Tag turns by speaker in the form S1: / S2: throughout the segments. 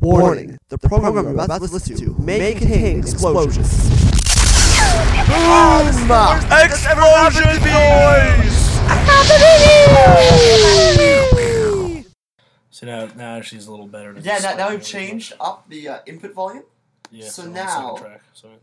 S1: Warning, the program you're about to listen to may contain explosions.
S2: Explosion noise!
S3: So now, now she's a little better.
S4: Yeah, now, now we've changed up the uh, input volume. so now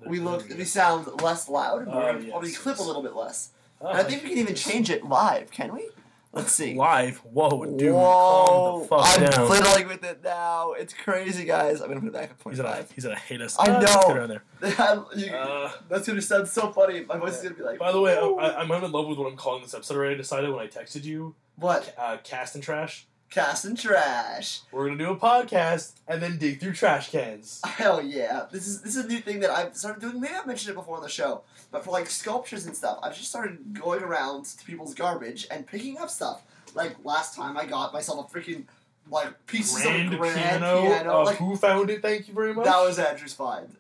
S4: We look, we sound less loud. and
S3: Oh,
S4: We're gonna probably
S3: yes,
S4: clip a
S3: yes. Oh,
S4: little bit less. And I think we can even change it live. Can we? Let's see.
S3: live. Whoa, dude,
S4: Whoa!
S3: calm the
S4: I'm
S3: fuck down.
S4: fiddling with it now. It's crazy, guys. I'm gonna put it back at point
S3: He's gonna,
S4: five.
S3: he's gonna hate us.
S4: I know.
S3: Ah, get down there.
S4: You-
S3: Uh,
S4: That's gonna sound so funny. My voice is gonna be like.
S3: By the way, I,
S4: "Woo."
S3: I- I'm in love with what I'm calling this episode already. I decided when I texted you,
S4: what?
S3: uh, cast and trash.
S4: Cast and trash.
S3: We're gonna do a podcast and then dig through trash cans.
S4: Hell yeah! This is this is a new thing that I've started doing. Maybe I've mentioned it before on the show, but for like sculptures and stuff, I've just started going around to people's garbage and picking up stuff. Like last time, I got myself a freaking like pieces
S3: Grand,
S4: of grand
S3: piano.
S4: piano.
S3: uh,
S4: like
S3: who found it? Thank you very much.
S4: that was Andrew's find.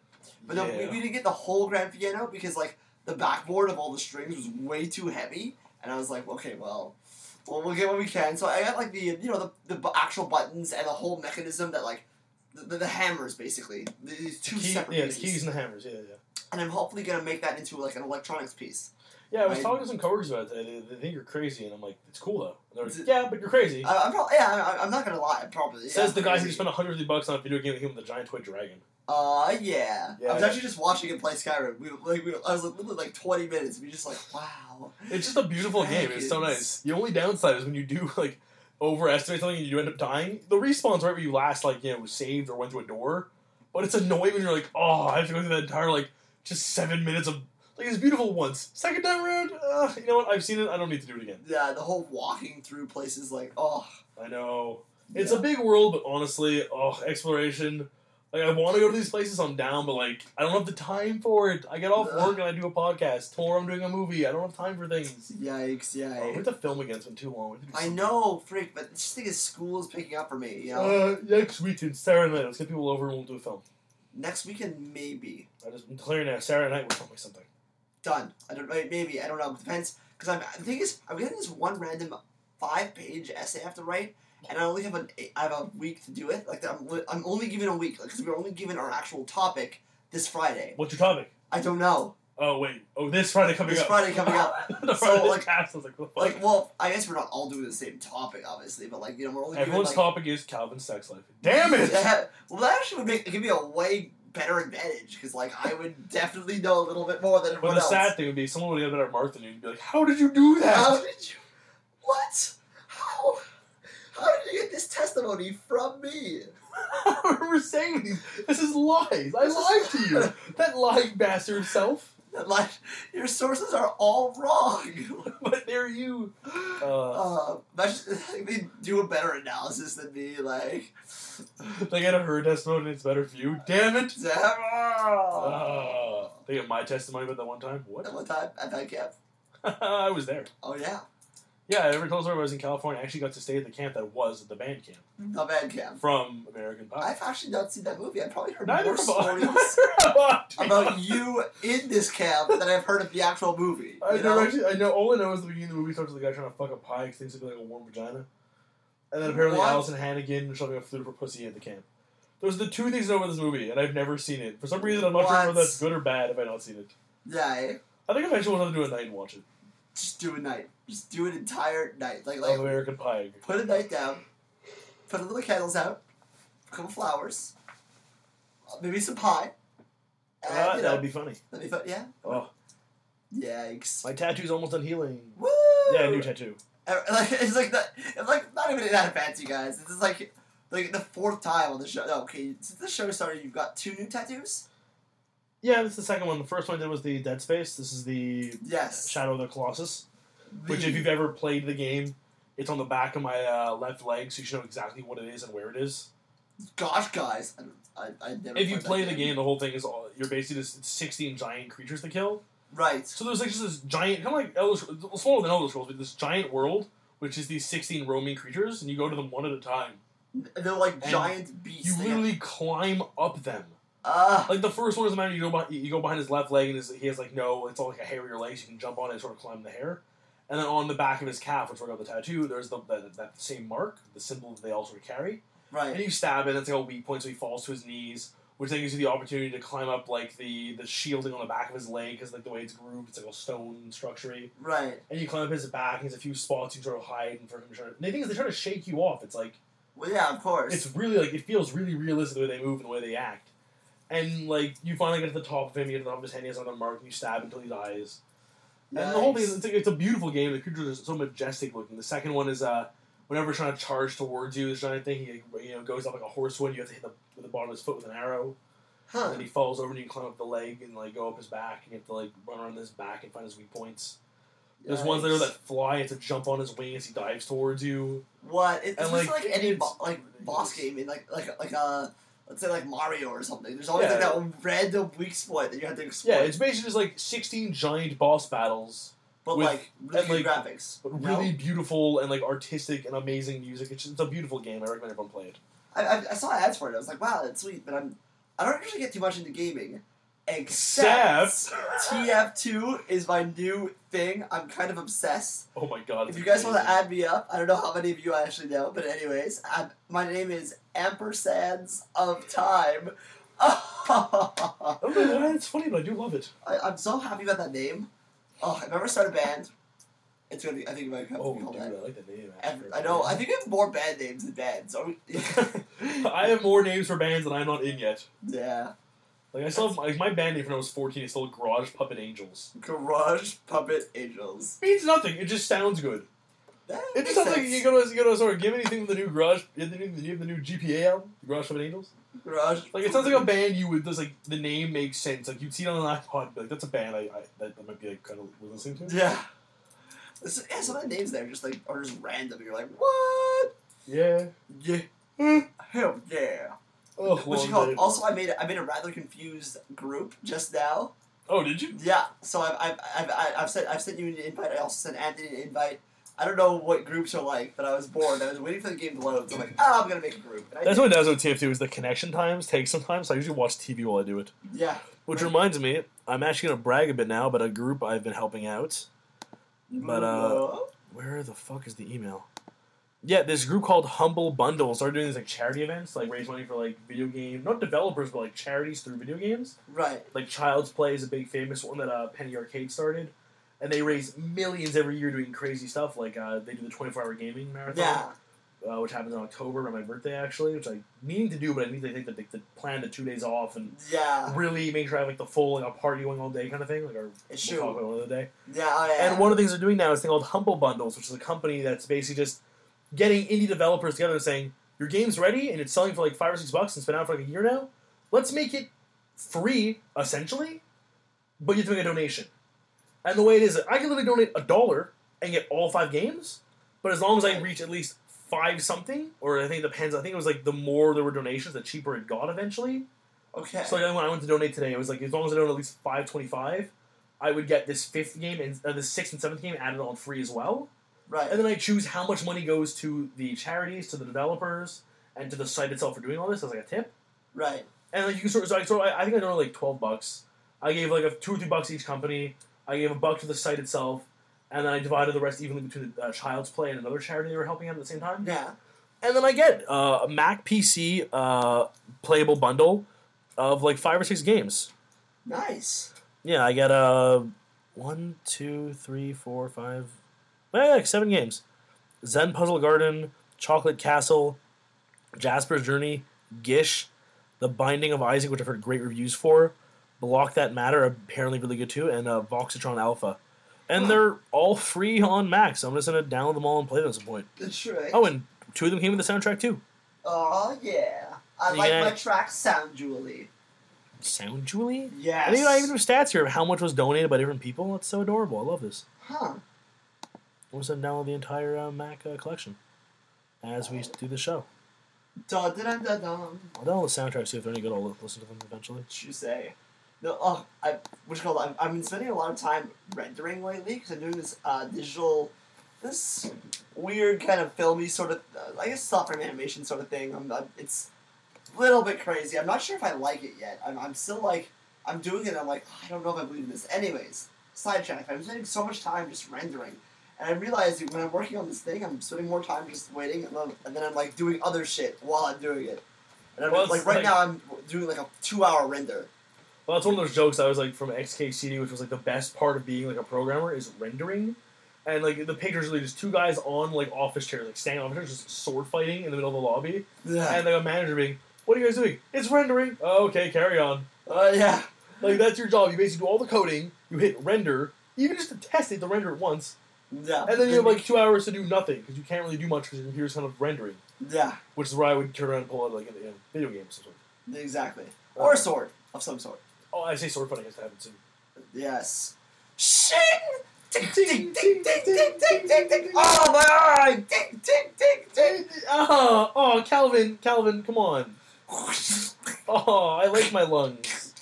S4: But no, we,
S3: Yeah.
S4: we didn't get the whole grand piano because like the backboard of all the strings was way too heavy, and I was like, okay, well, well, we'll get what we can. So I got like the you know the the bu- actual buttons and the whole mechanism that like. The, the, the hammers basically these two
S3: The key-
S4: separate
S3: yeah, the
S4: pieces
S3: keys and the hammers. Yeah, yeah.
S4: and I'm hopefully gonna make that into like an electronics piece.
S3: Yeah, I was
S4: I-
S3: talking to some coworkers about it today. They, they think you're crazy, and I'm like, it's cool though. And they're like,
S4: Is it-
S3: yeah, but you're crazy.
S4: I, Uh, I'm probably yeah, I, I'm not gonna lie, I'm probably yeah,
S3: Says the guy who
S4: crazy.
S3: spent hundreds of bucks on a video game with him with a giant toy dragon.
S4: Uh yeah.
S3: Yeah,
S4: I was
S3: yeah.
S4: actually just watching him play Skyrim. We like we, I was like, literally like 20 minutes. We just like wow.
S3: It's just a beautiful game. It's so
S4: Dragons.
S3: nice. The only downside is when you do like overestimate something and you end up dying. The respawn's right where you last like you know saved or went through a door, but it's annoying when you're like, oh, I have to go through that entire like just seven minutes of like it's beautiful once. Second time around, uh, you know what? I've seen it. I don't need to do it again.
S4: Yeah, the whole walking through places like oh.
S3: I know it's
S4: yeah.
S3: a big world, but honestly, oh, exploration. Like I want to go to these places, I'm down, but like I don't have the time for it. I get off
S4: Ugh.
S3: work and I do a podcast. Tomorrow I'm doing a movie. I don't have time for things.
S4: yikes,
S3: Oh, we have
S4: yikes.
S3: to film again. It's been too long. We have to do
S4: I
S3: something.
S4: know, freak, but this thing is school is picking up for me. You know,
S3: Uh, next weekend, Saturday night. Let's get people over and we'll do a film.
S4: next weekend maybe
S3: I just, I'm declaring now, Saturday night we're filming something.
S4: done. I don't right, maybe I don't know. Depends because I'm the thing is I'm getting this one random five page essay I have to write. And I only have an I have a week to do it. Like I'm, li- I'm only given a week because we're only given our actual topic this Friday.
S3: What's your topic?
S4: I don't know.
S3: Oh, wait. Oh, this Friday coming
S4: This
S3: up.
S4: Friday coming up.
S3: the
S4: So,
S3: Friday
S4: like-
S3: cast. I was like, what the fuck?
S4: Like, well, I guess we're not all doing the same topic, obviously, but like you know, we're only
S3: Everyone's
S4: given, like,
S3: topic is Calvin's sex life. Damn it!
S4: well, that actually would make give me a way better advantage because like I would definitely know a little bit more than
S3: But
S4: everyone
S3: the
S4: else.
S3: sad thing would be someone would get a better mark than you and be like, how did you do that?
S4: How did you? What? How? How did you get this testimony from me?
S3: I don't remember saying these. This is lies. I lied to you. that lying bastard self.
S4: Like your sources are all wrong.
S3: But they're you. Uh,
S4: Uh, imagine they do a better analysis than me. Like,
S3: they get a her testimony and it's better for you. Damn it! Uh, they get my testimony about that one time. What?
S4: That one time at that camp.
S3: I was there.
S4: Oh yeah,
S3: Yeah, I never told story. I was in California. I actually got to stay at the camp that was the band camp
S4: the band camp.
S3: from American Pie.
S4: I've actually not seen that movie. I've probably heard
S3: Uh. Neither
S4: more
S3: of us.
S4: stories about you in this camp than I've heard of the actual movie.
S3: I
S4: you
S3: know,
S4: know?
S3: actually, I know. All I know is the beginning of the movie starts with the guy trying to fuck a pie because thinks it'd be like a warm vagina, and then apparently
S4: What?
S3: Allison Hannigan shoving a flute for pussy at the camp. Those are the two things I know about this movie, and I've never seen it. For some reason, I'm not sure whether
S4: What?
S3: that's good or bad if I not seen it.
S4: Yeah, eh?
S3: I think eventually we'll have to do a night and watch it.
S4: just do a night. Just do an entire night. Like,
S3: Of
S4: like
S3: American Pie.
S4: put a night down, put a little candles out, a couple flowers, uh, maybe some pie. And,
S3: Ah,
S4: you know,
S3: that'd be funny.
S4: let me put, yeah.
S3: Oh,
S4: Yikes.
S3: my tattoo's almost done healing.
S4: Woo!
S3: Yeah, new tattoo.
S4: Uh, Like, it's like not, it's like not even that fancy, guys. This is like like the fourth time on the show. No, okay, since the show started, you've got two new tattoos.
S3: Yeah, this is the second one. The first one I did was the Dead Space. This is the
S4: Yes.
S3: Shadow of the Colossus,
S4: The-
S3: which if you've ever played the game, it's on the back of my uh, left leg, so you should know exactly what it is and where it is.
S4: gosh, guys, I, I, I never.
S3: If you
S4: played that
S3: play the game, the whole thing is all you're basically just it's 16 giant creatures to kill.
S4: right?
S3: So there's like just this giant, kind of like Elder, Scrolls- smaller than Elder Scrolls, but this giant world, which is these 16 roaming creatures, and you go to them one at a time.
S4: And they're like giant beasts.
S3: You
S4: They have-
S3: literally climb up them.
S4: Ah,
S3: Like the first one is the man you go behind, you go behind his left leg and his, he has like no, it's all like a hairier leg, so you can jump on it and sort of climb the hair. And then on the back of his calf, which where I got the tattoo, there's the, the that same mark, the symbol that they all sort of carry. And
S4: Right.
S3: you stab it, and it's like a weak point, so he falls to his knees, which then gives you the opportunity to climb up like the the shielding on the back of his leg, because like the way it's grooved, it's like a stone structure.
S4: Right.
S3: And you climb up his back, and there's a few spots you sort of hide, and for him to try to. And the thing is, they try to shake you off. It's like
S4: Well, yeah, of course.
S3: it's really like it feels really realistic the way they move and the way they act. And like you finally get to the top of him, you get to the top of his hand, he has another mark, and you stab until he dies. And the whole thing,
S4: Yikes.
S3: it's, like, it's a beautiful game. The creatures are so majestic looking. The second one is uh, whenever it's trying to charge towards you, this giant thing, he you know goes up like a horse would. You have to hit the, with the bottom of his foot with an arrow,
S4: Huh.
S3: and then he falls over, and you climb up the leg and like go up his back, and you have to like run around his back and find his weak points. There's ones there
S4: Yikes.
S3: that fly, you have to jump on his wing as he dives towards you.
S4: What? It, it's
S3: And,
S4: just
S3: like,
S4: like, any
S3: it's
S4: bo- like boss
S3: ridiculous.
S4: game in like like like uh let's say like Mario or something. There's always
S3: Yeah.
S4: like that random weak spot that you have to exploit.
S3: Yeah, it's basically just like 16 giant boss battles.
S4: but
S3: with-
S4: like really
S3: and,
S4: good graphics.
S3: but
S4: you know?
S3: really beautiful and like artistic and amazing music. It's, it's a beautiful game. I recommend everyone play it.
S4: I, I, I saw ads for it. I was like, wow, that's sweet. But I'm I don't usually get too much into gaming, except TF2 is my new thing. I'm kind of obsessed.
S3: oh my
S4: If
S3: god! it's
S4: you guys want to
S3: amazing.
S4: add me up, I don't know how many of you I actually know, but anyways, i my name is Ampersands of Time.
S3: I don't know why it's funny, but I do love it.
S4: I, I'm so happy about that name. Oh, if I ever start a band, it's gonna be. I think it might have
S3: Oh,
S4: to be called
S3: dude, I
S4: that.
S3: like the name.
S4: Ever- I know. I think we have more band names than bands. Are we-
S3: I have more names for bands that I'm not in yet.
S4: yeah.
S3: Like I still have, like my band name when I was 14 is still Garage Puppet Angels.
S4: Garage Puppet Angels.
S3: It means nothing. It just sounds good.
S4: That
S3: It
S4: makes
S3: just sounds like
S4: sense.
S3: you go to you go to sort of give anything from the new Garage, the new, the new, the new GPA album, Garage Puppet Angels.
S4: Garage.
S3: Like it sounds like a band you would. There's like the name makes sense. Like you'd see it on an iPod, and be like that's a band I, I that, that might be like kind of listening to.
S4: Yeah. So, yeah, some of the names there just like are just random. You're like, what?
S3: Yeah.
S4: Yeah. Hell yeah.
S3: Hmm. Oh,
S4: what you
S3: well,
S4: call
S3: they-
S4: it? Also, I made I made a rather confused group just now.
S3: Oh, did you?
S4: Yeah, so I've I've, I've, I've- I've sent I've sent you an invite. I also sent Anthony an invite. I don't know what groups are like, but I was bored. I was waiting for the game to load. So I'm like, ah, I'm gonna make a group. And I
S3: That's
S4: did.
S3: what it does with TF2 is the connection times take sometimes. I usually watch TV while I do it.
S4: Yeah.
S3: Which reminds me, I'm actually gonna brag a bit now, but a group I've been helping out. But, uh, Where the fuck is the email? Yeah, this group called Humble Bundles are doing these like charity events, like raise money for like video game, not developers, but like charities through video games.
S4: right.
S3: Like Child's Play is a big famous one that uh, Penny Arcade started, and they raise millions every year doing crazy stuff. Like uh, they do the 24 hour gaming marathon.
S4: Yeah.
S3: uh, which happens in October on my birthday actually, which I mean to do, but I need to take the, the, the plan the two days off and
S4: Yeah.
S3: really make sure I have like the full like a party going all day kind of thing. Like our
S4: It's
S3: we'll talk
S4: true.
S3: about it another day.
S4: Yeah. Oh, yeah.
S3: And one of the things they're doing now is a thing called Humble Bundles, which is a company that's basically just getting indie developers together and saying your game's ready and it's selling for like five or six bucks and it's been out for like a year now. Let's make it free essentially, but you have to make a donation. And the way it is, I can literally donate a dollar and get all five games, but as long as I reach at least five something, or I think it depends. I think it was like the more there were donations, the cheaper it got eventually.
S4: okay.
S3: So like, when I went to donate today, it was like as long as I donate at least five twenty five, I would get this fifth game and uh, the sixth and seventh game added on free as well.
S4: right.
S3: And then I choose how much money goes to the charities, to the developers, and to the site itself for doing all this as like a tip.
S4: right.
S3: And like you can sort of, so I, sort of- I think I donated like twelve bucks. I gave like a two or three bucks each company. I gave a buck to the site itself, and then I divided the rest evenly between the uh, Child's Play and another charity they were helping out at the same time
S4: Yeah.
S3: and then I get uh, a Mac PC uh, playable bundle of like five or six games.
S4: Nice.
S3: Yeah, I get uh, one, two, three, four, five, eh, like seven games: Zen Puzzle Garden, Chocolate Castle, Jasper's Journey, Gish, The Binding of Isaac, which I've heard great reviews for, Block That Matter, apparently really good too, and uh, Voxatron Alpha. And
S4: Huh.
S3: they're all free on Mac, so I'm just gonna download them all and play them at some point.
S4: That's right.
S3: Oh, and two of them came with the soundtrack too.
S4: Aw, yeah. I
S3: You
S4: like
S3: got-
S4: my track sound jewelry.
S3: sound Julie?
S4: Yes.
S3: I think I even have stats here of how much was donated by different people. That's so adorable. I love this.
S4: Huh.
S3: I'm going to download the entire uh, Mac uh, collection as we do the show.
S4: Dun dun dun dun.
S3: I'll download the soundtracks, see if they're any good. I'll li- listen to them eventually.
S4: What you say? No, oh, I, what's it called? I've, I've been spending a lot of time rendering lately because I'm doing this uh, digital, this weird kind of filmy sort of, uh, I guess software animation sort of thing. I'm, I'm, it's a little bit crazy. I'm not sure if I like it yet. I'm, I'm still like, I'm doing it. I'm like, I don't know if I believe in this. Anyways, sidetrack. I'm spending so much time just rendering, And I realized that when I'm working on this thing, I'm spending more time just waiting, and then, and then I'm like doing other shit while I'm doing it. And I'm
S3: Well,
S4: like
S3: it's
S4: right
S3: like-
S4: now, I'm doing like a two-hour render.
S3: Well, that's one of those jokes I was like from XKCD, which was like the best part of being like a programmer is rendering. And like the pictures, are, like just two guys on like office chairs, like standing on office chairs, just sword fighting in the middle of the lobby,
S4: Yeah.
S3: and like a manager being, "What are you guys doing? It's rendering." Oh, okay, carry on.
S4: Uh, yeah.
S3: Like that's your job. You basically do all the coding. You hit render, even just to test it, to render it once,
S4: Yeah.
S3: and then you have like two hours to do nothing because you can't really do much because your computer's kind of rendering,
S4: Yeah.
S3: which is where I would turn around and pull out like a, a video game or something.
S4: Exactly.
S3: Uh.
S4: Or a sword of some sort.
S3: Oh, I say sword fighting has to happen soon.
S4: Yes. Shing! Tick, tick, tick, tick, tick, tick, tick, tick. Oh, my eye! Tick, tick, tick, tick.
S3: Oh, oh, Calvin, Calvin, come on. Oh, I like my lungs.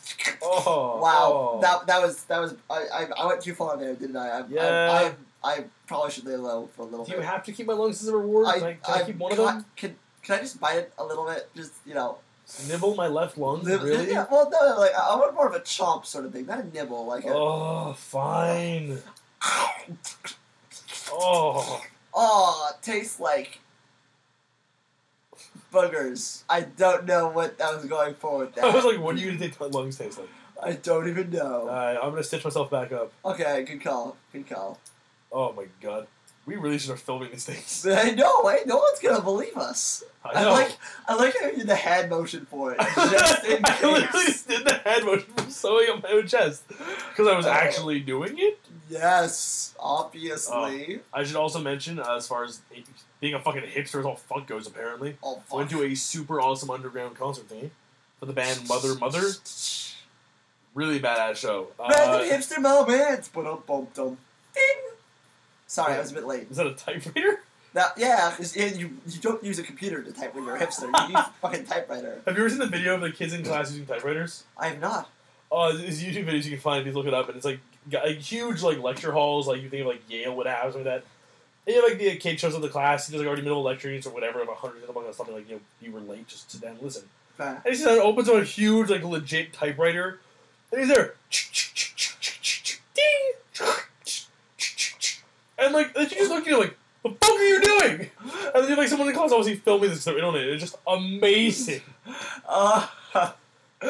S3: Oh,
S4: Wow,
S3: oh.
S4: that that was that was I, I, I went too far there, didn't I? I,
S3: Yeah.
S4: I, I, I probably should lay low for a little
S3: Do
S4: bit.
S3: you have to keep my lungs as a reward? Can I, can I keep one of
S4: can I-
S3: them?
S4: Can, can I just bite it a little bit? Just you know,
S3: Nibble my left lung?
S4: li-
S3: Really?
S4: Yeah, well, no, like I I want more of a chomp sort of thing, not a nibble. Like, a,
S3: Oh, fine. Oh,
S4: oh, it tastes like boogers. I don't know what I was going for with that.
S3: I was like, uh, what are you gonna think my lungs taste like?
S4: I don't even know.
S3: Alright, I'm gonna stitch myself back up.
S4: okay, good call. Good call.
S3: Oh my god, we really should have filming these things.
S4: I know, right? No one's gonna believe us.
S3: I
S4: I
S3: know.
S4: like I like how you did the hand motion for it. Just in
S3: I literally
S4: case.
S3: just did the head motion from sewing up my own chest because
S4: Oh.
S3: I was actually doing it.
S4: Yes, obviously.
S3: I should also mention, uh, as far as being a fucking hipster as all fuck goes, apparently,
S4: Oh,
S3: I went
S4: fuck.
S3: to a super awesome underground concert thing for the band Mother Mother. Really badass show. Uh,
S4: Random hipster moments. But up bump dum. Ding. Sorry, I was a bit late.
S3: is that a typewriter?
S4: Now, yeah, 'cause you, you you don't use a computer to type when you're a hipster. You use a fucking typewriter.
S3: Have you ever seen the video of the kids in class using typewriters?
S4: I have not.
S3: Oh, there's YouTube videos you can find if you look it up, and it's like, got, like huge like lecture halls, like you think of like Yale would have or something like that. And, you know, like the kid shows up to class, he does like already middle lectures or whatever, of a hundred of them, like something like you know you were late, just sit down and listen.
S4: Uh,
S3: And he just opens up a huge, like, legit typewriter. And he's there. Ding! And, like, then you just look at it like, the fuck are you doing? And then you have, like, someone in the class obviously filming this, they're in on it. It's just amazing.
S4: uh, have you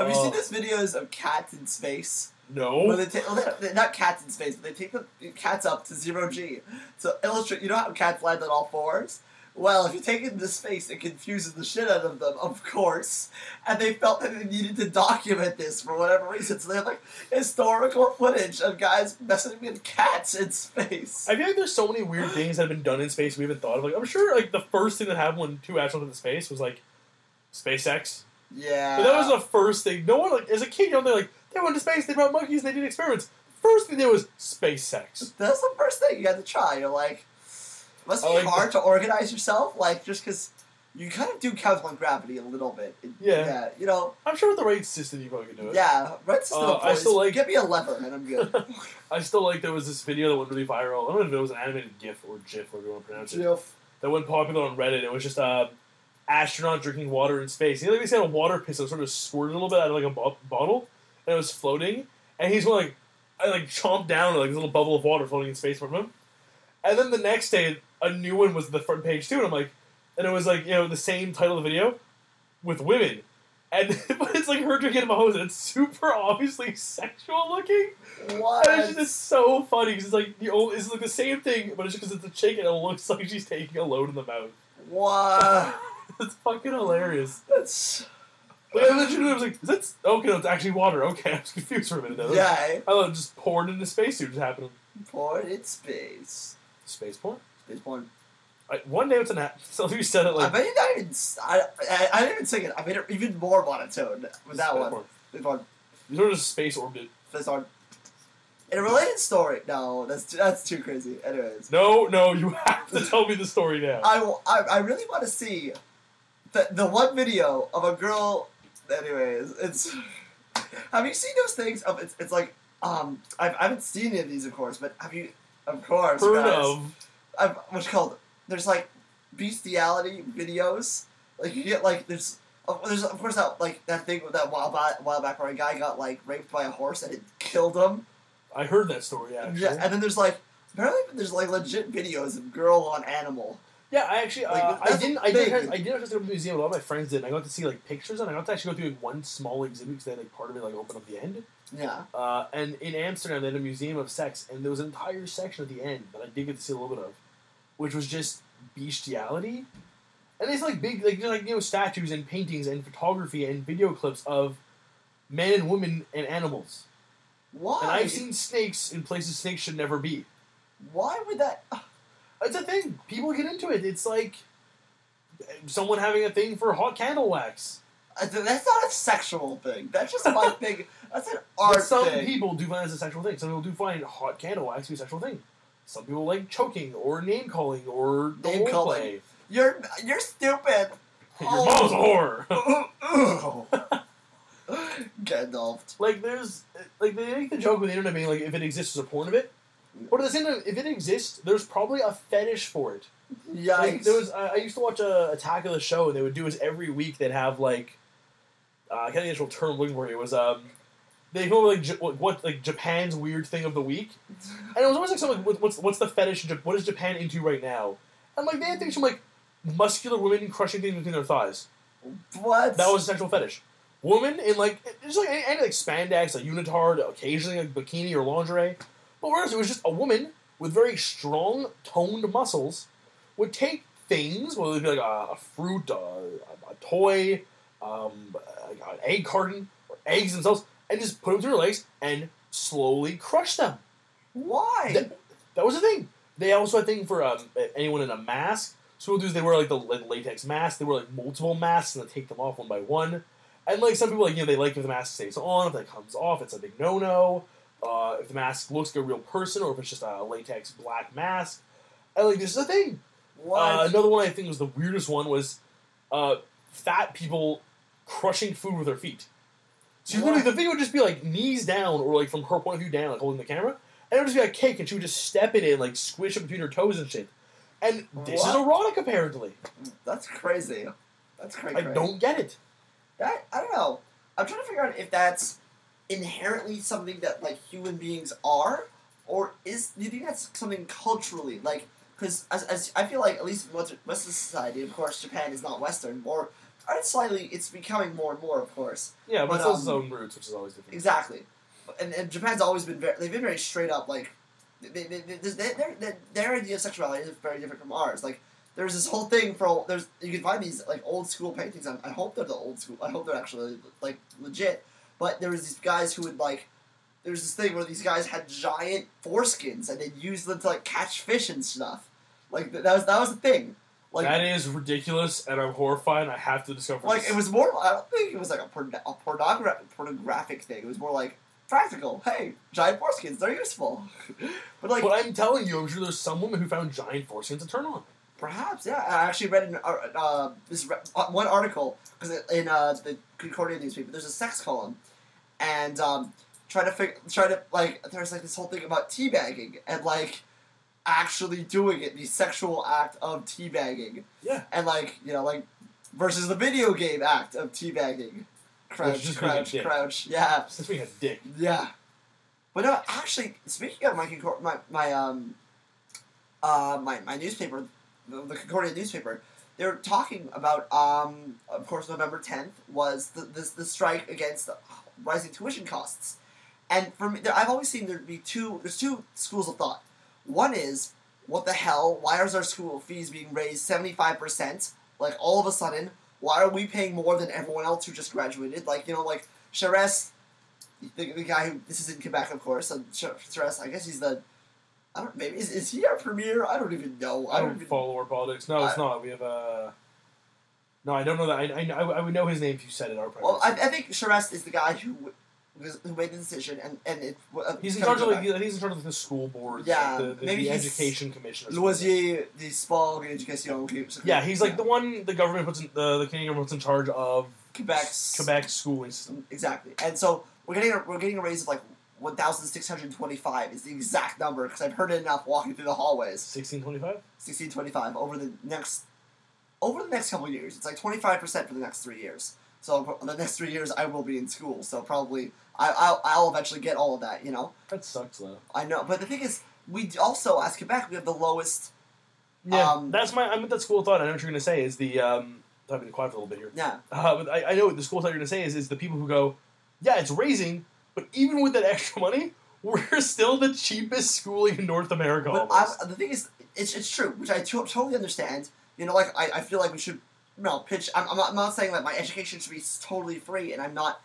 S3: Oh.
S4: seen those videos of cats in space? Well,
S3: No.
S4: they take well, they- not cats in space, but they take the cats up to zero g. So illustrate, you know how cats land on all fours. Well, if you take it into space, it confuses the shit out of them, of course. And they felt that they needed to document this for whatever reason, so they have like historical footage of guys messing with cats in space.
S3: I feel like there's so many weird things that have been done in space we haven't thought of. Like, I'm sure, like, the first thing that happened when two astronauts went to space was, like, SpaceX.
S4: Yeah,
S3: But that was the first thing. No one, like, as a kid, you're out there, like, they went to space, they brought monkeys, they did experiments. First thing they did was SpaceX.
S4: that's the first thing you had to try. You're like, must be
S3: I like
S4: hard to organize yourself, like just because you kind of do count on gravity a little bit.
S3: Yeah.
S4: yeah you know.
S3: I'm sure with the right system you probably could do it.
S4: Yeah, red system
S3: Uh,
S4: of
S3: I
S4: boys.
S3: still like-
S4: Give me a lever and I'm good.
S3: I still like there was this video that went really viral. I don't know if it was an animated GIF or GIF, whatever you want to pronounce it.
S4: Jill.
S3: That went popular on Reddit. It was just uh, astronaut drinking water in space. He like basically had a water pistol, sort of squirted a little bit out of like a bo- bottle, and it was floating. And he's going like, I like chomped down on like this little bubble of water floating in space from him. And then the next day, a new one was the front page too, and I'm like, and it was like you know the same title of the video with women. And but it's like her drinking out of a hose, and it's super obviously sexual looking.
S4: What?
S3: And it's just so funny because it's like the old, it's like the same thing, but it's because it's a chicken and it looks like she's taking a load in the mouth.
S4: What?
S3: It's fucking hilarious.
S4: That's
S3: Like I literally was like, is that okay? No, it's actually water. Okay, I was confused for a minute. Though.
S4: yeah.
S3: I thought it just poured into spacesuit just happened.
S4: Porn in space.
S3: Space porn.
S4: Space porn.
S3: I, one day it's an app. So you said it
S4: I
S3: like
S4: bet you not even. s- I, I, I didn't even sing it. I made it even more monotone with that
S3: space
S4: one.
S3: Porn.
S4: Space porn.
S3: You sort of space orbit.
S4: Space porn. In a related story, no, that's too, that's too crazy. Anyways,
S3: No, no, you have to tell me the story now.
S4: I, w- I, I really want to see the the one video of a girl. Anyways, it's. Have you seen those things? Of it's, it's like um I've, I haven't seen any of these, of course, but have you? Of course,
S3: Heard
S4: guys.
S3: of?
S4: I've, what's it called? There's like bestiality videos. Like you get like there's of- there's of course that like that thing with that while back while back where a guy got like raped by a horse and it killed him.
S3: I heard that story actually.
S4: Yeah, and then there's like Apparently, there's like legit videos of girl on animal.
S3: Yeah, I actually, uh,
S4: Like,
S3: I
S4: that's
S3: didn't, I did,
S4: big.
S3: I did have to go to the museum. A lot of my friends did. And I got to see like pictures, and I got to actually go through one small exhibit because they had, like part of it like open up the end.
S4: Yeah.
S3: Uh, and in Amsterdam, they had a museum of sex, and there was an entire section at the end that I did get to see a little bit of, which was just bestiality. And it's like big, like just like you know statues and paintings and photography and video clips of men and women and animals.
S4: Why?
S3: And I've seen snakes in places snakes should never be.
S4: Why would that? uh,
S3: It's a thing. People get into it. It's like someone having a thing for hot candle wax.
S4: Uh, th- That's not a sexual thing. That's just my thing. That's an art
S3: but some
S4: thing.
S3: people do find it as a sexual thing. Some people do find hot candle wax to be a sexual thing. Some people like choking or name calling or the
S4: Name
S3: whole
S4: calling. Oh.
S3: play.
S4: You're you're stupid.
S3: Your mom's a whore.
S4: oh. Gandalf.
S3: like there's like they make the joke with the internet being like if it exists, there's a porn of it. But at the same time, if it exists, there's probably a fetish for it.
S4: Yikes.
S3: Like, there was I I used to watch a Attack of the Show, and they would do is every week they'd have like uh, I can't think of the actual term I'm looking for. here. It was um they go like J- what, what like Japan's weird thing of the week, and it was always like something like what- what's what's the fetish? in Jap- What is Japan into right now? And like they had things from like muscular women crushing things between their thighs.
S4: what?
S3: That was a sexual fetish. Woman in like just like any, any like spandex, like unitard, occasionally like bikini or lingerie. But whereas it was just a woman with very strong toned muscles would take things, whether it be like a, a fruit, a, a, a toy, um, like an egg carton, or eggs themselves, and just put them through her legs and slowly crush them.
S4: why.
S3: Th- That was the thing. They also had a thing for um, anyone in a mask. So what they do is they wear like the la- latex mask. They wear like multiple masks and they take them off one by one. And like some people, like you know, they like if the mask stays on. If that comes off, it's a big no-no. Uh, if the mask looks like a real person or if it's just a latex black mask. And like this is a thing.
S4: what?
S3: Uh, another one I think was the weirdest one was uh, fat people crushing food with their feet. So you literally,
S4: What?
S3: the video would just be like knees down or like from her point of view down, like holding the camera, and it would just be like cake, and she would just step it in, like squish it between her toes and shit. And this is
S4: What?
S3: erotic, apparently.
S4: That's crazy. That's crazy.
S3: I don't get it.
S4: That I don't know. I'm trying to figure out if that's inherently something that like human beings are, or is do you think that's something culturally like? Because as, as I feel like at least in Western, Western society, of course, Japan is not Western, or or it's slightly it's becoming more and more, of course.
S3: Yeah, but,
S4: But,
S3: it's also its
S4: um,
S3: own roots, which is always different.
S4: Exactly, and, and Japan's always been very they've been very straight up like. They, they, they, their, their, their idea of sexuality is very different from ours. Like, there's this whole thing for there's you can find these like old school paintings. I, I hope they're the old school. I hope they're actually like legit. But there was these guys who would like there's this thing where these guys had giant foreskins and they'd use them to like catch fish and stuff. Like th- that was that was the thing. Like
S3: that is ridiculous, and I'm horrified. And I have to discover.
S4: like
S3: this.
S4: it was more. I don't think it was like a, porn- a pornogra- pornographic thing. It was more like practical. Hey, giant foreskins, they're useful. but like
S3: but I'm telling you, I'm sure there's some woman who found giant foreskins to turn on.
S4: Perhaps, yeah. I actually read an, ar- uh, this re- uh, one article because in uh, the Concordia newspaper, there's a sex column, and um, trying to figure, trying to like, there's like this whole thing about teabagging and like actually doing it, the sexual act of teabagging,
S3: Yeah,
S4: and like you know, like versus the video game act of teabagging.
S3: Which is
S4: Crouch,
S3: just being a
S4: crouch,
S3: dick.
S4: crouch. Yeah.
S3: since we had dick.
S4: Yeah. But no, actually, speaking of my Concord- my my um, uh, my my newspaper, the the Concordia newspaper, they were talking about um, of course, November tenth was the this the strike against the rising tuition costs, and for me, there, I've always seen there be two. There's two schools of thought. One is, what the hell? Why is our school fees being raised seventy five percent? Like all of a sudden, why are we paying more than everyone else who just graduated? Like you know, like Charest the, the guy who this is in Quebec, of course. And Ch- Charest, I guess he's the. I don't. Maybe is, is he our premier? I don't even know. I
S3: I
S4: don't.
S3: don't
S4: even,
S3: follow our politics. No, it's
S4: I-
S3: not. We have a. No, I don't know that. I, I, know- I would know his name if you said it. Our
S4: well,
S3: president.
S4: I, I think Charest is the guy who was, who made the decision, and and it. Uh,
S3: he's in
S4: kind
S3: charge of like, I think he's in charge of the school board.
S4: Yeah,
S3: the, the,
S4: maybe
S3: the
S4: he's-
S3: education commission. or something like that.
S4: Loisier, the Spog Education.
S3: Yeah, he's like the one the government puts in, the the Canadian government puts in charge of
S4: Quebec's
S3: Quebec schooling system.
S4: Exactly, and so we're getting a, we're getting a raise of like one thousand six hundred twenty five is the exact number because I've heard it enough walking through the hallways.
S3: Sixteen twenty five.
S4: sixteen twenty five over the next over the next couple of years. It's like twenty five percent for the next three years. So the next three years, I will be in school. So probably I, I'll, I'll eventually get all of that. You know,
S3: That sucks though.
S4: I know. But the thing is, we d- also as Quebec we have the lowest.
S3: Yeah,
S4: Um,
S3: that's my. I mean, that's cool thought. I know what you're gonna say is the. Um, I've been quiet for a little bit here.
S4: Yeah,
S3: Uh, but I, I know what the school thought you're gonna say is is the people who go, yeah, it's raising, but even with that extra money, we're still the cheapest schooling in North America.
S4: but I,
S3: almost.
S4: the thing is, it's it's true, which I to- totally understand. You know, like I, I feel like we should you know pitch. I'm, I'm, not, I'm not saying that my education should be s- totally free, and I'm not.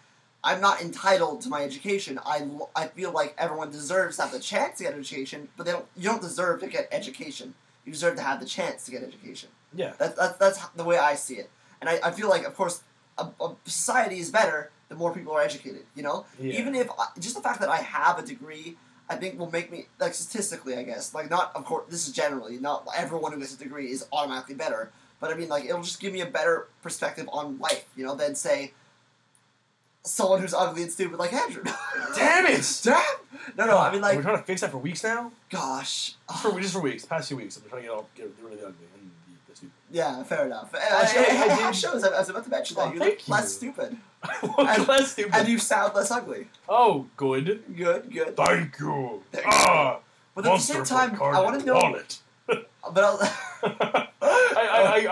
S4: I'm not entitled to my education. I, l- I feel like everyone deserves to have the chance to get education, but they don't. You don't deserve to get education. You deserve to have the chance to get education.
S3: yeah,
S4: That, that, that's h- the way I see it. And I, I feel like, of course, a, a society is better the more people are educated, you know?
S3: Yeah.
S4: Even if, I, just the fact that I have a degree, I think will make me, like, statistically, I guess, like, not, of course, this is generally, not everyone who gets a degree is automatically better, but I mean, like, it'll just give me a better perspective on life, you know, than, say, someone who's ugly and stupid like Andrew.
S3: Damn it!
S4: Damn! No, no, I mean,
S3: we're
S4: like,
S3: trying to fix that for weeks now.
S4: gosh.
S3: For just for weeks, past few weeks, I'm trying to get all get rid of the ugly and the, the stupid.
S4: Yeah, fair enough.
S3: Actually, I- I
S4: it
S3: did-
S4: shows. I was about to mention that.
S3: Oh,
S4: you
S3: thank
S4: look less
S3: you.
S4: stupid.
S3: I look less stupid.
S4: And you sound less ugly.
S3: oh, good.
S4: Good, good. But
S3: Thank you.
S4: Thank you.
S3: ah,
S4: at the same time, I want to know.
S3: Wallet.
S4: But I'll,
S3: I, I,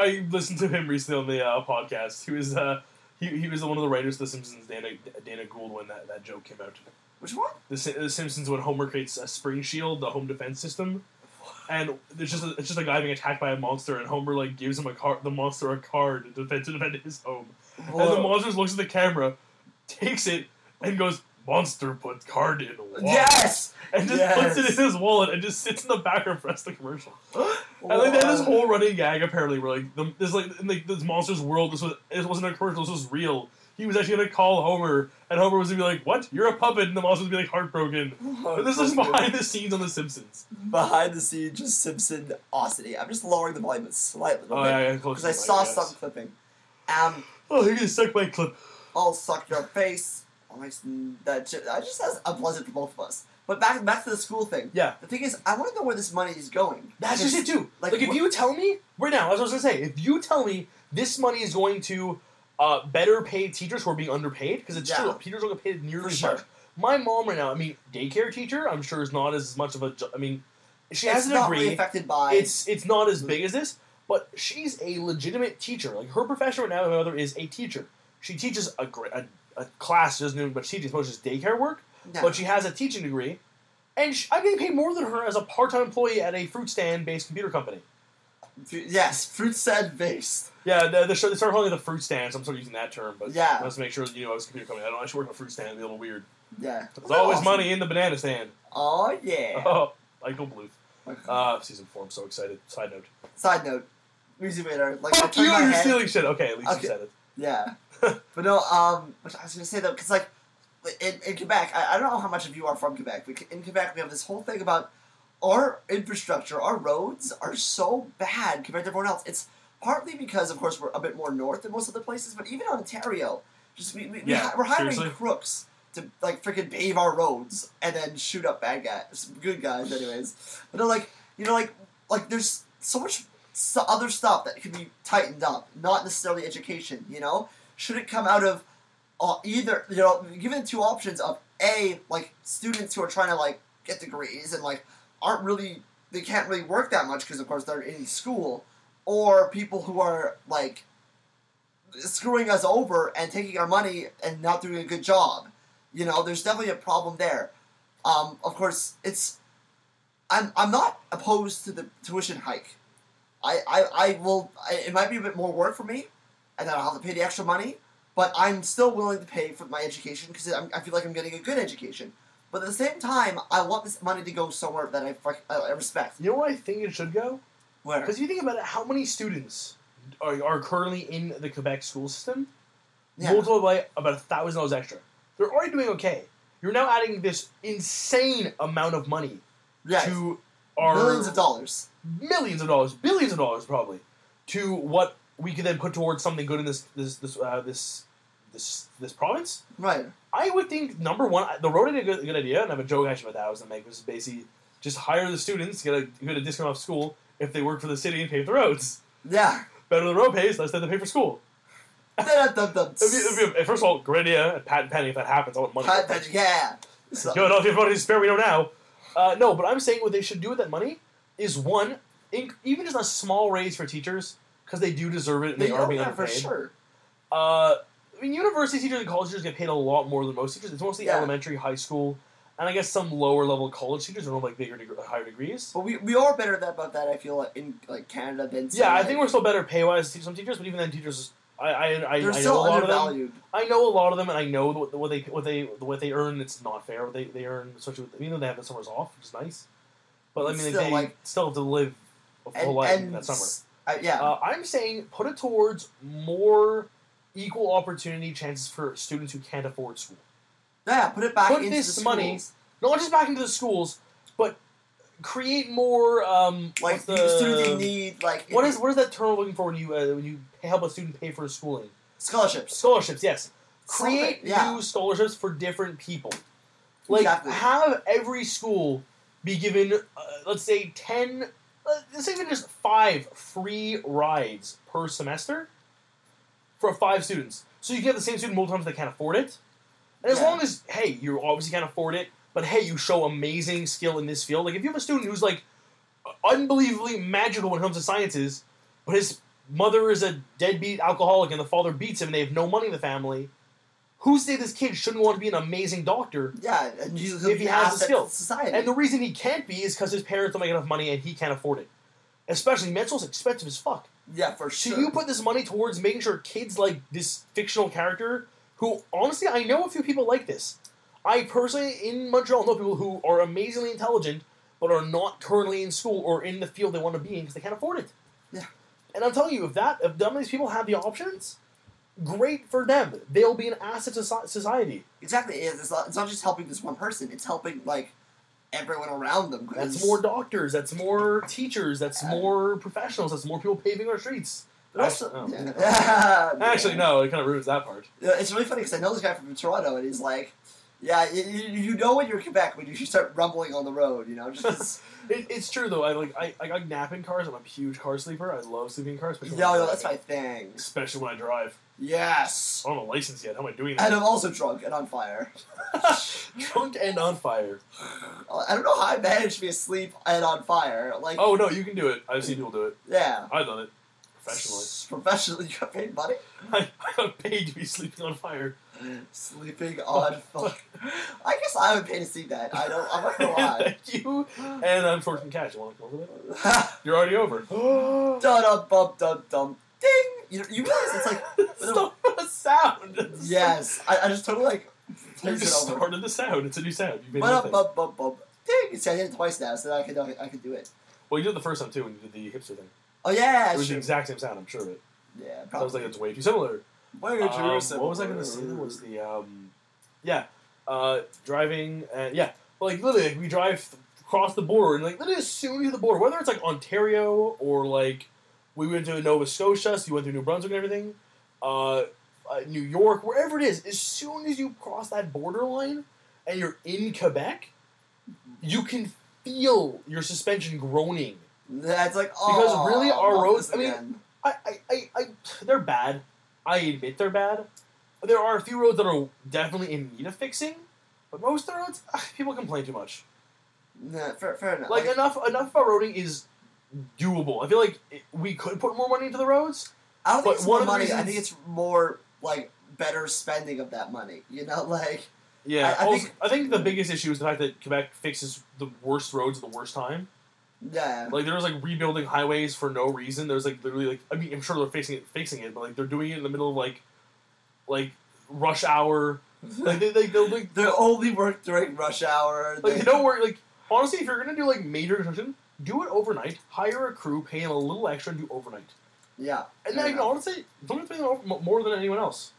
S3: I, I listened to him recently on the uh, podcast. He was uh, he, he was one of the writers of The Simpsons. Dana Dana Gould when that, that joke came out.
S4: which one?
S3: The, Sim- the Simpsons when Homer creates a spring shield, the home defense system, and there's just a, it's just a guy being attacked by a monster, and Homer like gives him a car the monster a card to defend to defend his home, and the
S4: Whoa.
S3: monster looks at the camera, takes it, and goes. Monster put card in wallet.
S4: Yes.
S3: And just
S4: Yes.
S3: puts it in his wallet and just sits in the background for the rest of the commercial. And like they had this whole running gag apparently where like the, this like in, like this monster's world this was this wasn't a commercial this was real. He was actually gonna call Homer and Homer was gonna be like, "What? You're a puppet," and the monster would be like heartbroken.
S4: Oh,
S3: But this is behind the scenes on The Simpsons.
S4: behind the scenes, just Simpson osity. I'm just lowering the volume slightly
S3: Oh
S4: because
S3: yeah, yeah close. to
S4: I
S3: the mic,
S4: saw
S3: guess.
S4: some clipping. Um,
S3: Oh, you're gonna suck my clip.
S4: I'll suck your face. I'll make some- That ju- that just sounds unpleasant for both of us. But back back to the school thing.
S3: Yeah.
S4: The thing is, I want to know where this money is going.
S3: That's just it too. Like,
S4: like,
S3: if
S4: what-
S3: you tell me right now, as I was gonna say, if you tell me this money is going to uh, better paid teachers who are being underpaid, because it's
S4: Yeah.
S3: true, teachers don't get paid nearly
S4: For
S3: as
S4: sure.
S3: much. My mom right now, I mean, daycare teacher, I'm sure is not as much of a. jo- I mean, she
S4: it's
S3: has a
S4: not
S3: degree.
S4: really affected by.
S3: it's it's not as big as this, but she's a legitimate teacher. Like her profession right now, my mother is a teacher. She teaches a gra- a, a class, she doesn't do much teaching, it's mostly just daycare work.
S4: Yeah.
S3: But she has a teaching degree, and sh I'm getting paid more than her as a part-time employee at a fruit stand-based computer company.
S4: yes, fruit said based.
S3: Yeah, the, the show, they started calling it the fruit stand, so I'm sort of using that term, but
S4: Yeah.
S3: let's make sure that you know I was a computer company. I don't actually work at a fruit stand, it'd be a little weird.
S4: Yeah.
S3: There's always
S4: Awesome.
S3: money in the banana stand.
S4: Oh yeah.
S3: Oh, Michael Bluth.
S4: Okay.
S3: Uh, season four, I'm so excited. Side note.
S4: Side note, Music Vader. Like, I
S3: Fuck
S4: turned
S3: you,
S4: my
S3: you're
S4: head-
S3: stealing shit. Okay, at least
S4: Okay.
S3: you said it.
S4: Yeah, but no. Um, which I was gonna say though, because like in, in Quebec, I, I don't know how much of you are from Quebec, but in Quebec we have this whole thing about our infrastructure, our roads are so bad compared to everyone else. It's partly because, of course, we're a bit more north than most other places, but even Ontario, just we, we, we
S3: Yeah,
S4: hi- we're hiring
S3: seriously.
S4: crooks to like freaking pave our roads and then shoot up bad guys, good guys, anyways. But they're like, you know, like like there's so much s- other stuff that could be tightened up, not necessarily education. You know, should it come out of uh, either you know given two options of a like students who are trying to like get degrees and like aren't really they can't really work that much because of course they're in school or people who are like screwing us over and taking our money and not doing a good job you know there's definitely a problem there um, of course it's I'm, I'm not opposed to the tuition hike i, I, I will I, it might be a bit more work for me and then i'll have to pay the extra money but I'm still willing to pay for my education because I feel like I'm getting a good education. But at the same time, I want this money to go somewhere that I, fuck- I I respect.
S3: You know where I think it should go?
S4: Where?
S3: Because you think about it, how many students are, are currently in the Quebec school system?
S4: Yeah.
S3: Multiplied by about a thousand dollars extra. They're already doing okay. You're now adding this insane amount of money
S4: Yes.
S3: to our
S4: Millions of dollars.
S3: millions of dollars, billions of dollars probably, to what we could then put towards something good in this this this uh, this this this province.
S4: Right.
S3: I would think number one, the road is a good, good idea, and I have a joke actually about that I was gonna make was basically just hire the students, get a get a discount off school if they work for the city and pave the roads.
S4: Yeah.
S3: Better the road pays, less than they pay for school.
S4: Dun-dun-dun-dun.
S3: It'd be, it'd be a- eh, first of all, great idea, and patent pending if that happens. I want money.
S4: Pat- pat- yeah. So-
S3: Philadelphia voted spare we know now. Uh, no, but I'm saying what they should do with that money is one, in, even just a small raise for teachers because they do deserve it and they,
S4: They
S3: are
S4: own
S3: being
S4: that for
S3: underpaid.
S4: sure.
S3: Uh, I mean, university teachers and college teachers get paid a lot more than most teachers. It's mostly
S4: Yeah.
S3: elementary, high school, and I guess some lower level college teachers are on like bigger, deg- higher degrees.
S4: But we, we are better at that about that. I feel like in like Canada than some,
S3: yeah, I
S4: like-
S3: think we're still better pay wise to some teachers, but even then, teachers, I I, I, I
S4: they're
S3: know a
S4: still
S3: lot of them.
S4: undervalued.
S3: I know a lot of them, and I know what, what they what they what they earn. It's not fair. What they they earn, especially with, even though they have the summers off, which is nice. But I mean, like,
S4: Still,
S3: they
S4: like-
S3: still have to live a full
S4: And,
S3: life
S4: and
S3: that summer.
S4: s- uh, yeah,
S3: Uh, I'm saying put it towards more equal opportunity chances for students who can't afford school.
S4: yeah. Put it back
S3: put
S4: into
S3: this
S4: the
S3: money-
S4: schools.
S3: Not just back into the schools, but create more. Um,
S4: Like
S3: what's the,
S4: the students in need like
S3: what is what is that term looking for when you uh, when you help a student pay for schooling?
S4: scholarships?
S3: Scholarships, yes. create
S4: Something- yeah.
S3: new scholarships for different people. Like
S4: Exactly.
S3: have every school be given, uh, let's say ten, uh, let's say even just five free rides per semester for five students. So you can have the same student multiple times if they can't afford it. And as
S4: Yeah.
S3: long as hey, you obviously can't afford it, but hey, you show amazing skill in this field. Like if you have a student who's like unbelievably magical when it comes to sciences, but his mother is a deadbeat alcoholic and the father beats him and they have no money in the family, who say this kid shouldn't want to be an amazing doctor?
S4: Yeah, and you
S3: If he has the skill.
S4: society.
S3: And the reason he can't be is because his parents don't make enough money and he can't afford it. Especially mental's expensive as fuck.
S4: yeah, for
S3: So
S4: sure.
S3: you put this money towards making sure kids like this fictional character, who honestly I know a few people like this. I personally in Montreal know people who are amazingly intelligent but are not currently in school or in the field they want to be in because they can't afford it.
S4: Yeah.
S3: And I'm telling you, if that if dumb these people have the options, great for them. They'll be an asset to so- society.
S4: exactly. It's it's not, it's not just helping this one person. It's helping like everyone around them. 'cause-
S3: That's more doctors. That's more teachers. That's more professionals. That's more people paving our streets.
S4: But also,
S3: Oh.
S4: yeah.
S3: Actually, no. It kind of ruins that part.
S4: Yeah, Uh, It's really funny because I know this guy from Toronto, and he's like, "Yeah, you, you know when you're in Quebec when you should start rumbling on the road, you know, just 'cause-
S3: It, it's true though. I like I, I like nap in cars. I'm a huge car sleeper. I love sleeping in cars.
S4: yo,
S3: Especially when I'm
S4: yo, that's my
S3: driving.
S4: thing."
S3: Especially when I drive.
S4: Yes,
S3: I don't have a license yet. How am I doing
S4: and
S3: that?
S4: I'm also drunk and on fire.
S3: Drunk and on fire.
S4: I don't know how I managed to be asleep and on fire. Like,
S3: Oh no, you can do it. I've seen people do it.
S4: yeah,
S3: I've done it professionally.
S4: S- professionally, you got paid money.
S3: I, I got paid to be sleeping on fire.
S4: Sleeping on fire. I guess I would pay to see that. I don't. I'm not gonna lie.
S3: Thank you. And I'm short in cash. You want to close it? You're already over.
S4: dum dum bum dum dum ding. You, you realize it's like
S3: Stop the sound. It's
S4: yes. I, I just totally like.
S3: like- you
S4: turns it
S3: just
S4: over.
S3: started the sound. It's a new sound. You made
S4: But
S3: it
S4: up,
S3: thing.
S4: up, up, up. Ding! See, I did it twice now, so now I can, I can do it.
S3: Well, you did it the first time too when you did the hipster thing.
S4: Oh yeah,
S3: It was the
S4: sure.
S3: exact same sound. I'm sure of it.
S4: yeah,
S3: I was
S4: probably.
S3: like, it's way too similar.
S4: Why
S3: Um, what was I going to say? That was the um, yeah, uh, driving. Uh, yeah, But, like literally, like, we drive th- across the border, and like literally as soon as we hit the border, whether it's like Ontario or like we went to Nova Scotia, so you went through New Brunswick and everything, uh, uh, New York, wherever it is. As soon as you cross that border line and you're in Quebec, you can feel your suspension groaning.
S4: That's like oh.
S3: Because really, our
S4: not
S3: roads-
S4: this
S3: I mean-
S4: again.
S3: I, I, I, I, they're bad. I admit they're bad. There are a few roads that are definitely in need of fixing, but most of the roads, ah, people complain too much.
S4: Nah, fair, fair enough.
S3: Like enough, enough of our roading is doable. I feel like it, we could put more money into the roads.
S4: I don't
S3: but
S4: think it's
S3: one
S4: more
S3: of the
S4: money. I
S3: reasons-
S4: think it's more like better spending of that money. You know, like
S3: Yeah,
S4: I- I
S3: also-
S4: think-
S3: the biggest issue is the fact that Quebec fixes the worst roads at the worst time.
S4: yeah,
S3: Like there was like rebuilding highways for no reason. There's like literally like I mean I'm sure they're fixing it, fixing it, but like they're doing it in the middle of like, like rush hour. Like they, they they'll like
S4: they only work during rush hour.
S3: Like they don't worry. Like honestly, if you're gonna do like major construction, do it overnight. Hire a crew, pay them a little extra, and do overnight.
S4: Yeah. fair
S3: And then, like,
S4: enough.
S3: honestly, don't have to pay them over- m- more than anyone else.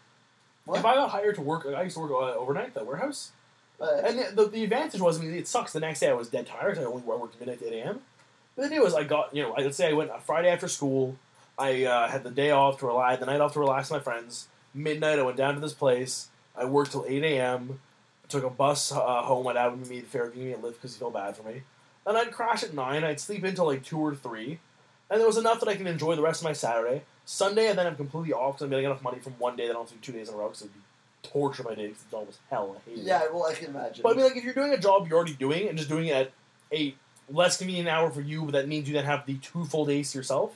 S4: What?
S3: If I got hired to work, like, I used to work uh, overnight at that warehouse,
S4: But-
S3: and the, the, the advantage was, I mean, it sucks. The next day I was dead tired. 'cause I only I worked midnight to eight a.m. But the idea was, I got you know, I, let's say I went a Friday after school. I uh, had the day off to relax, the night off to relax with my friends. Midnight, I went down to this place. I worked till eight a.m. Took a bus uh, home. My dad would meet me at the fair, give me a lift because he felt bad for me. Then I'd crash at nine. I'd sleep until like two or three, and there was enough that I can enjoy the rest of my Saturday. Sunday, and then I'm completely off because I'm getting enough money from one day that I don't have to do two days in a row because it'd be torture my day because it's always hell. I hate it.
S4: yeah, well, I can imagine.
S3: But I mean, like, if you're doing a job you're already doing and just doing it at a less convenient hour for you, but that means you then have the two full days to yourself.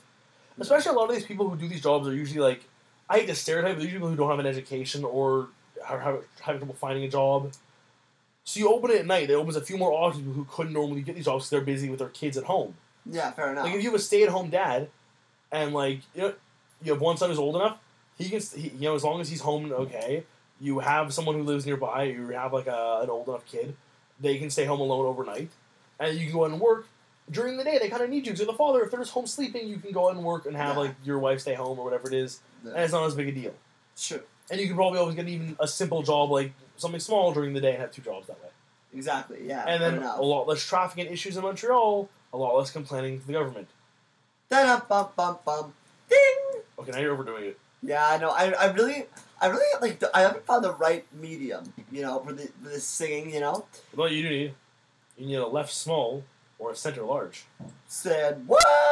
S3: Especially a lot of these people who do these jobs are usually like, I hate to stereotype, but these people who don't have an education or are have- having trouble finding a job. So you open it at night. It opens a few more options who couldn't normally get these jobs because they're busy with their kids at home.
S4: Yeah, fair enough.
S3: Like if you have a stay-at-home dad, and like you, know, you have one son who's old enough, he can st- he, you know as long as he's home and okay. You have someone who lives nearby. You have like a, an old enough kid. They can stay home alone overnight, and you can go out and work during the day. They kind of need you because you're the father. If they're just home sleeping, you can go out and work and have
S4: Yeah.
S3: like your wife stay home or whatever it is, and
S4: Yeah.
S3: it's not as big a deal.
S4: Sure.
S3: And you can probably always get even a simple job like something small during the day and have two jobs that way.
S4: Exactly. Yeah.
S3: And
S4: fair
S3: then
S4: enough.
S3: a lot less traffic and issues in Montreal, a lot less complaining to the government.
S4: Da-da-bum-bum-bum. Ding.
S3: Okay, now you're overdoing it.
S4: Yeah, I know. I, I really, I really like. I haven't found the right medium, you know, for the for this singing, you know.
S3: Well, you do need you need a left small or a center large.
S4: Said what?